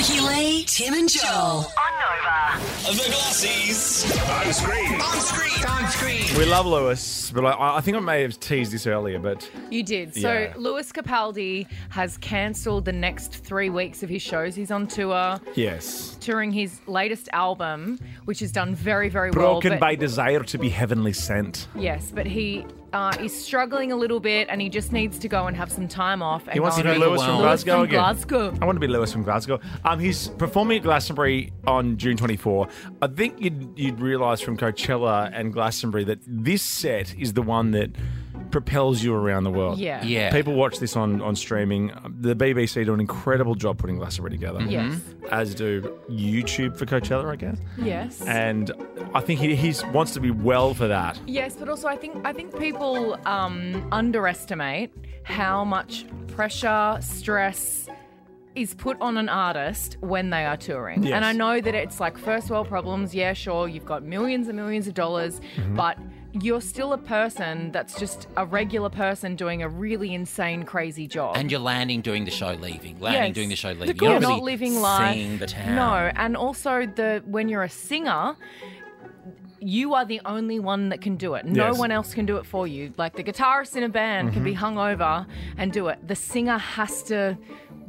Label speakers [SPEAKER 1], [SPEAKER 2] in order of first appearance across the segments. [SPEAKER 1] Jay, Tim, and Joel.
[SPEAKER 2] The Glossies.
[SPEAKER 3] On screen.
[SPEAKER 4] We love Lewis, but I, I think I may have teased this earlier, but
[SPEAKER 5] You did. So
[SPEAKER 4] Yeah.
[SPEAKER 5] Lewis Capaldi has cancelled the next three weeks of his shows. He's on tour,
[SPEAKER 4] yes.
[SPEAKER 5] touring his latest album, which has done very, very well.
[SPEAKER 4] Broken
[SPEAKER 5] but-
[SPEAKER 4] by desire to be heavenly sent.
[SPEAKER 5] Yes, but he uh, is struggling a little bit, and he just needs to go and have some time off. And
[SPEAKER 4] He wants
[SPEAKER 5] go
[SPEAKER 4] to be
[SPEAKER 5] and
[SPEAKER 4] Lewis from
[SPEAKER 5] overwhelmed.
[SPEAKER 4] Glasgow
[SPEAKER 5] from
[SPEAKER 4] again.
[SPEAKER 5] Glasgow.
[SPEAKER 4] I want to be Lewis from Glasgow. Um, he's performing at Glastonbury on June 24. I think you'd you'd realise from Coachella and Glastonbury that this set is the one that propels you around the world.
[SPEAKER 5] Yeah.
[SPEAKER 2] Yeah.
[SPEAKER 4] People watch this on, on streaming. The BBC do an incredible job putting Glastonbury together.
[SPEAKER 5] Yes.
[SPEAKER 4] As do YouTube for Coachella, I guess.
[SPEAKER 5] Yes.
[SPEAKER 4] And I think he he's, wants to be well for that.
[SPEAKER 5] Yes, but also I think I think people um, underestimate how much pressure, stress is put on an artist when they are touring.
[SPEAKER 4] Yes.
[SPEAKER 5] And I know that it's like first world problems. Yeah, sure, you've got millions and millions of dollars, but you're still a person that's just a regular person doing a really insane, crazy job.
[SPEAKER 2] And you're landing, doing the show, leaving. Landing,
[SPEAKER 5] Yes.
[SPEAKER 2] doing the show, leaving.
[SPEAKER 5] The
[SPEAKER 2] you're
[SPEAKER 5] good. not
[SPEAKER 2] really
[SPEAKER 5] living life.
[SPEAKER 2] Seeing the town.
[SPEAKER 5] No, and also the when you're a singer, you are the only one that can do it. No
[SPEAKER 4] Yes.
[SPEAKER 5] one else can do it for you. Like the guitarist in a band can
[SPEAKER 6] Mm-hmm.
[SPEAKER 5] be hung over and do it. The singer has to.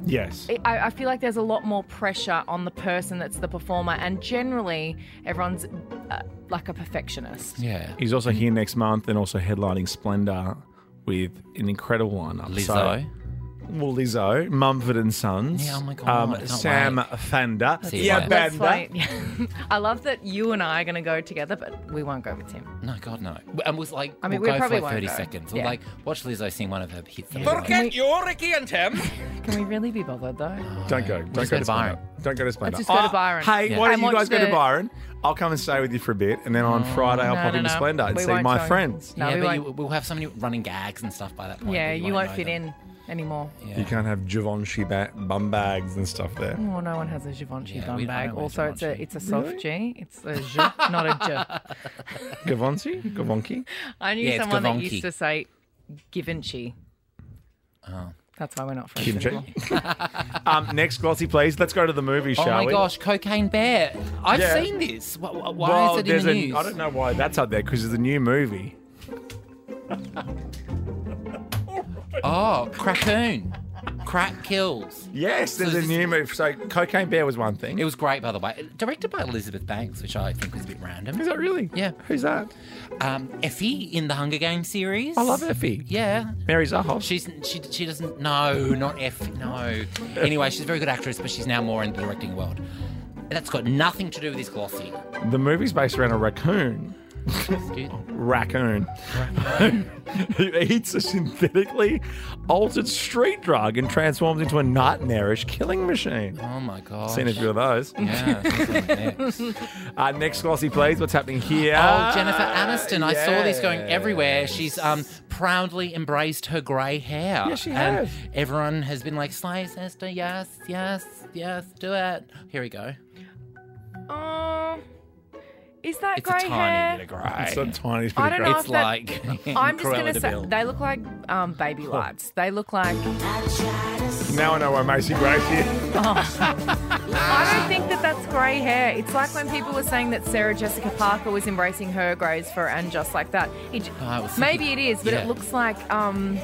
[SPEAKER 4] Yes.
[SPEAKER 5] I, I feel like there's a lot more pressure on the person that's the performer, and generally everyone's uh, like a perfectionist.
[SPEAKER 2] Yeah.
[SPEAKER 4] He's also here next month and also headlining Splendor with an incredible lineup.
[SPEAKER 2] Lizzo.
[SPEAKER 4] So, well, Lizzo, Mumford and Sons.
[SPEAKER 2] Yeah, oh my God, I
[SPEAKER 4] Um,
[SPEAKER 2] can't
[SPEAKER 4] Sam
[SPEAKER 2] wait.
[SPEAKER 4] Fender.
[SPEAKER 2] See you
[SPEAKER 4] yeah,
[SPEAKER 2] later.
[SPEAKER 5] Let's
[SPEAKER 4] Banda.
[SPEAKER 5] fight. I love that you and I are going to go together, but we won't go with him.
[SPEAKER 2] No, God, no. And was like,
[SPEAKER 5] I mean,
[SPEAKER 2] we'll
[SPEAKER 5] we
[SPEAKER 2] go
[SPEAKER 5] probably
[SPEAKER 2] for
[SPEAKER 5] won't
[SPEAKER 2] like 30
[SPEAKER 5] go.
[SPEAKER 2] seconds.
[SPEAKER 5] Yeah.
[SPEAKER 2] Or like, watch Lizzo sing one of her hits. Yeah.
[SPEAKER 5] Can we,
[SPEAKER 6] You're Ricky and Tim.
[SPEAKER 5] can we really be bothered though?
[SPEAKER 4] Don't go. Don't
[SPEAKER 2] Just
[SPEAKER 4] go
[SPEAKER 2] go to
[SPEAKER 4] to Splendor.
[SPEAKER 2] Byron.
[SPEAKER 4] Don't go to Splendor.
[SPEAKER 5] just go to
[SPEAKER 4] Oh,
[SPEAKER 5] Byron.
[SPEAKER 4] Hey,
[SPEAKER 2] Yeah.
[SPEAKER 4] why don't
[SPEAKER 5] And
[SPEAKER 4] you
[SPEAKER 5] watch
[SPEAKER 4] guys go
[SPEAKER 5] the-
[SPEAKER 4] to Byron? I'll come and stay with you for a bit, and then on Friday I'll
[SPEAKER 5] No,
[SPEAKER 4] pop
[SPEAKER 5] no,
[SPEAKER 4] into
[SPEAKER 5] no.
[SPEAKER 4] Splendor and
[SPEAKER 5] We
[SPEAKER 4] see
[SPEAKER 5] won't
[SPEAKER 4] my
[SPEAKER 5] join.
[SPEAKER 4] friends.
[SPEAKER 5] No,
[SPEAKER 2] yeah,
[SPEAKER 5] we
[SPEAKER 2] but
[SPEAKER 5] won't.
[SPEAKER 2] you, we'll have so many running gags and stuff by that point.
[SPEAKER 5] Yeah,
[SPEAKER 2] that
[SPEAKER 5] you won't
[SPEAKER 2] know
[SPEAKER 5] fit
[SPEAKER 2] them.
[SPEAKER 5] in anymore.
[SPEAKER 2] Yeah.
[SPEAKER 4] You can't have Givenchy ba- bum bags and stuff there.
[SPEAKER 5] Well, no one has a Givenchy
[SPEAKER 2] Yeah, we
[SPEAKER 5] bum
[SPEAKER 2] don't
[SPEAKER 5] bag.
[SPEAKER 2] have a
[SPEAKER 5] Also, it's a
[SPEAKER 2] Givenchy.
[SPEAKER 5] it's a soft G. It's a G, not a G.
[SPEAKER 4] Givenchy? Givenchy?
[SPEAKER 5] I knew
[SPEAKER 2] Yeah, it's
[SPEAKER 5] someone that
[SPEAKER 2] Givenchy.
[SPEAKER 5] used to say Givenchy. Oh, that's why we're not friends
[SPEAKER 4] Givenchy.
[SPEAKER 5] anymore.
[SPEAKER 4] um, next glossy, please. Let's go to the movie,
[SPEAKER 2] Oh
[SPEAKER 4] shall
[SPEAKER 2] my
[SPEAKER 4] we?
[SPEAKER 2] gosh, Cocaine Bear. I've
[SPEAKER 4] Yeah.
[SPEAKER 2] seen this. Why, why
[SPEAKER 4] well,
[SPEAKER 2] is it in
[SPEAKER 4] there's
[SPEAKER 2] the
[SPEAKER 4] a-
[SPEAKER 2] news?
[SPEAKER 4] I don't know why that's out there because there's a new movie.
[SPEAKER 2] Oh, Crackoon. Crack kills.
[SPEAKER 4] Yes, there's
[SPEAKER 2] So
[SPEAKER 4] a
[SPEAKER 2] this-
[SPEAKER 4] new movie. So Cocaine Bear was one thing.
[SPEAKER 2] It was great, by the way. Directed by Elizabeth Banks, which I think was a bit
[SPEAKER 4] Is
[SPEAKER 2] random.
[SPEAKER 4] that really?
[SPEAKER 2] Yeah.
[SPEAKER 4] Who's that?
[SPEAKER 2] Um, Effie in the Hunger Games series.
[SPEAKER 4] I love Effie.
[SPEAKER 2] Yeah.
[SPEAKER 4] Mary Zahoff.
[SPEAKER 2] She's she she doesn't no not F no. Anyway, she's a very good actress, but she's now more in the directing world. That's got nothing to do with this glossy.
[SPEAKER 4] the movie's based around a raccoon.
[SPEAKER 2] Dude.
[SPEAKER 4] Raccoon. who eats a synthetically altered street drug and transforms into a nightmarish killing machine.
[SPEAKER 2] Oh my god.
[SPEAKER 4] Seen a few of those.
[SPEAKER 2] Yeah. that's what it is.
[SPEAKER 4] Uh, next glossy, please. What's happening here?
[SPEAKER 2] oh, Jennifer Aniston. I saw this going
[SPEAKER 4] yes.
[SPEAKER 2] everywhere. She's um proudly embraced her grey hair.
[SPEAKER 4] Yes, she
[SPEAKER 2] and
[SPEAKER 4] has.
[SPEAKER 2] Everyone has been like, Slay sister, yes, yes, yes, do it. Here we go.
[SPEAKER 5] Oh, is that
[SPEAKER 2] It's
[SPEAKER 5] grey
[SPEAKER 2] a tiny
[SPEAKER 5] hair?
[SPEAKER 2] bit of grey.
[SPEAKER 4] It's a tiny
[SPEAKER 5] I
[SPEAKER 4] bit
[SPEAKER 5] don't
[SPEAKER 4] of
[SPEAKER 5] know
[SPEAKER 4] great.
[SPEAKER 5] if
[SPEAKER 2] It's
[SPEAKER 5] that-
[SPEAKER 2] like
[SPEAKER 5] I'm just
[SPEAKER 2] Cruella
[SPEAKER 5] gonna
[SPEAKER 2] de
[SPEAKER 5] say
[SPEAKER 2] Vil.
[SPEAKER 5] they look like um, baby lights. They look like
[SPEAKER 4] Now I know why Macy Gray's here.
[SPEAKER 5] I don't think that that's grey hair. It's like when people were saying that Sarah Jessica Parker was embracing her greys for and just like that. It, j-
[SPEAKER 2] I was
[SPEAKER 5] maybe it
[SPEAKER 2] thinking-
[SPEAKER 5] is, but
[SPEAKER 2] yeah.
[SPEAKER 5] it looks like um,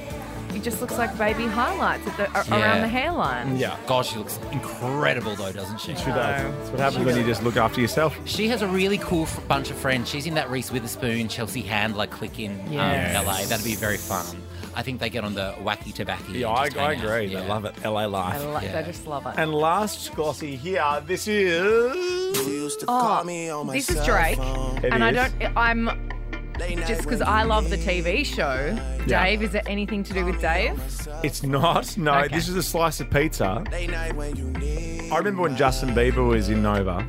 [SPEAKER 5] it just looks like baby highlights at the, ar-
[SPEAKER 2] Yeah.
[SPEAKER 5] around the hairline.
[SPEAKER 4] Yeah.
[SPEAKER 2] God, she looks incredible though, doesn't she?
[SPEAKER 4] She does. That's what happens when you just look after yourself.
[SPEAKER 2] She has a really cool f- bunch of friends. She's in that Reese Witherspoon, Chelsea Handler clique in
[SPEAKER 5] Yes.
[SPEAKER 2] um, LA. That'd be very fun. I think they get on the wacky tobacco.
[SPEAKER 4] Yeah, I, I agree. I love it. LA
[SPEAKER 5] I,
[SPEAKER 4] life.
[SPEAKER 5] lo-
[SPEAKER 2] Yeah.
[SPEAKER 5] I just love it.
[SPEAKER 4] And last glossy here. This is.
[SPEAKER 5] oh, this is Drake,
[SPEAKER 4] It
[SPEAKER 5] and I
[SPEAKER 4] is.
[SPEAKER 5] don't. I'm just because I love the TV show.
[SPEAKER 4] Yeah.
[SPEAKER 5] Dave, is it anything to do with Dave?
[SPEAKER 4] It's not. No,
[SPEAKER 5] Okay.
[SPEAKER 4] this is a slice of pizza. I remember when Justin Bieber was in Nova,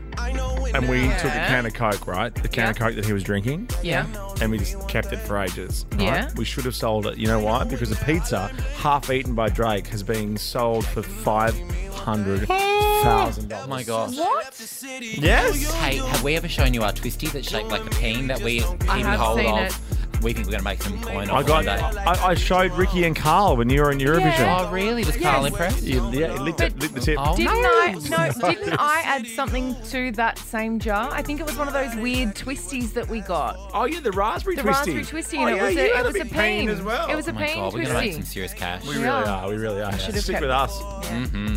[SPEAKER 4] and we took a can of Coke, right? The can of
[SPEAKER 5] Yeah.
[SPEAKER 4] Coke that he was drinking,
[SPEAKER 5] Yeah.
[SPEAKER 4] and we just kept it for ages. Right?
[SPEAKER 5] Yeah.
[SPEAKER 4] We should have sold it. You know why? Because a pizza half eaten by Drake has been sold for five hundred thousand
[SPEAKER 2] Oh
[SPEAKER 4] dollars.
[SPEAKER 2] my gosh.
[SPEAKER 5] What?
[SPEAKER 4] Yes.
[SPEAKER 2] Hey, have we ever shown you our twisty that's shaped like a peen that we
[SPEAKER 5] I have
[SPEAKER 2] pinhole
[SPEAKER 5] seen
[SPEAKER 2] of? we think we're going to make some coin
[SPEAKER 4] I
[SPEAKER 2] off
[SPEAKER 4] got.
[SPEAKER 2] one day.
[SPEAKER 4] I, I showed Ricky and Carl when you were in Eurovision.
[SPEAKER 5] Yeah.
[SPEAKER 2] Oh, really? Was Carl
[SPEAKER 5] Yes.
[SPEAKER 2] impressed?
[SPEAKER 4] You- Yeah, he licked, it,
[SPEAKER 5] But-
[SPEAKER 4] licked the tip.
[SPEAKER 2] Oh,
[SPEAKER 5] Didn't I? No, didn't I add something to that same jar? I think it was one of those weird twisties that we got.
[SPEAKER 4] Oh, yeah, the raspberry
[SPEAKER 5] The
[SPEAKER 4] twisty.
[SPEAKER 5] raspberry twisty,
[SPEAKER 4] Oh,
[SPEAKER 5] and
[SPEAKER 4] yeah,
[SPEAKER 5] it was
[SPEAKER 4] you
[SPEAKER 5] a,
[SPEAKER 4] had
[SPEAKER 5] it was a
[SPEAKER 4] big
[SPEAKER 5] pain.
[SPEAKER 4] as well.
[SPEAKER 5] It was a
[SPEAKER 2] Oh my
[SPEAKER 5] pain
[SPEAKER 2] God, we're going to make
[SPEAKER 5] twisty.
[SPEAKER 2] some serious cash.
[SPEAKER 4] We really
[SPEAKER 5] Yeah.
[SPEAKER 4] are. We really are.
[SPEAKER 5] should've
[SPEAKER 4] Stick
[SPEAKER 5] kept-
[SPEAKER 4] with us.
[SPEAKER 5] Yeah.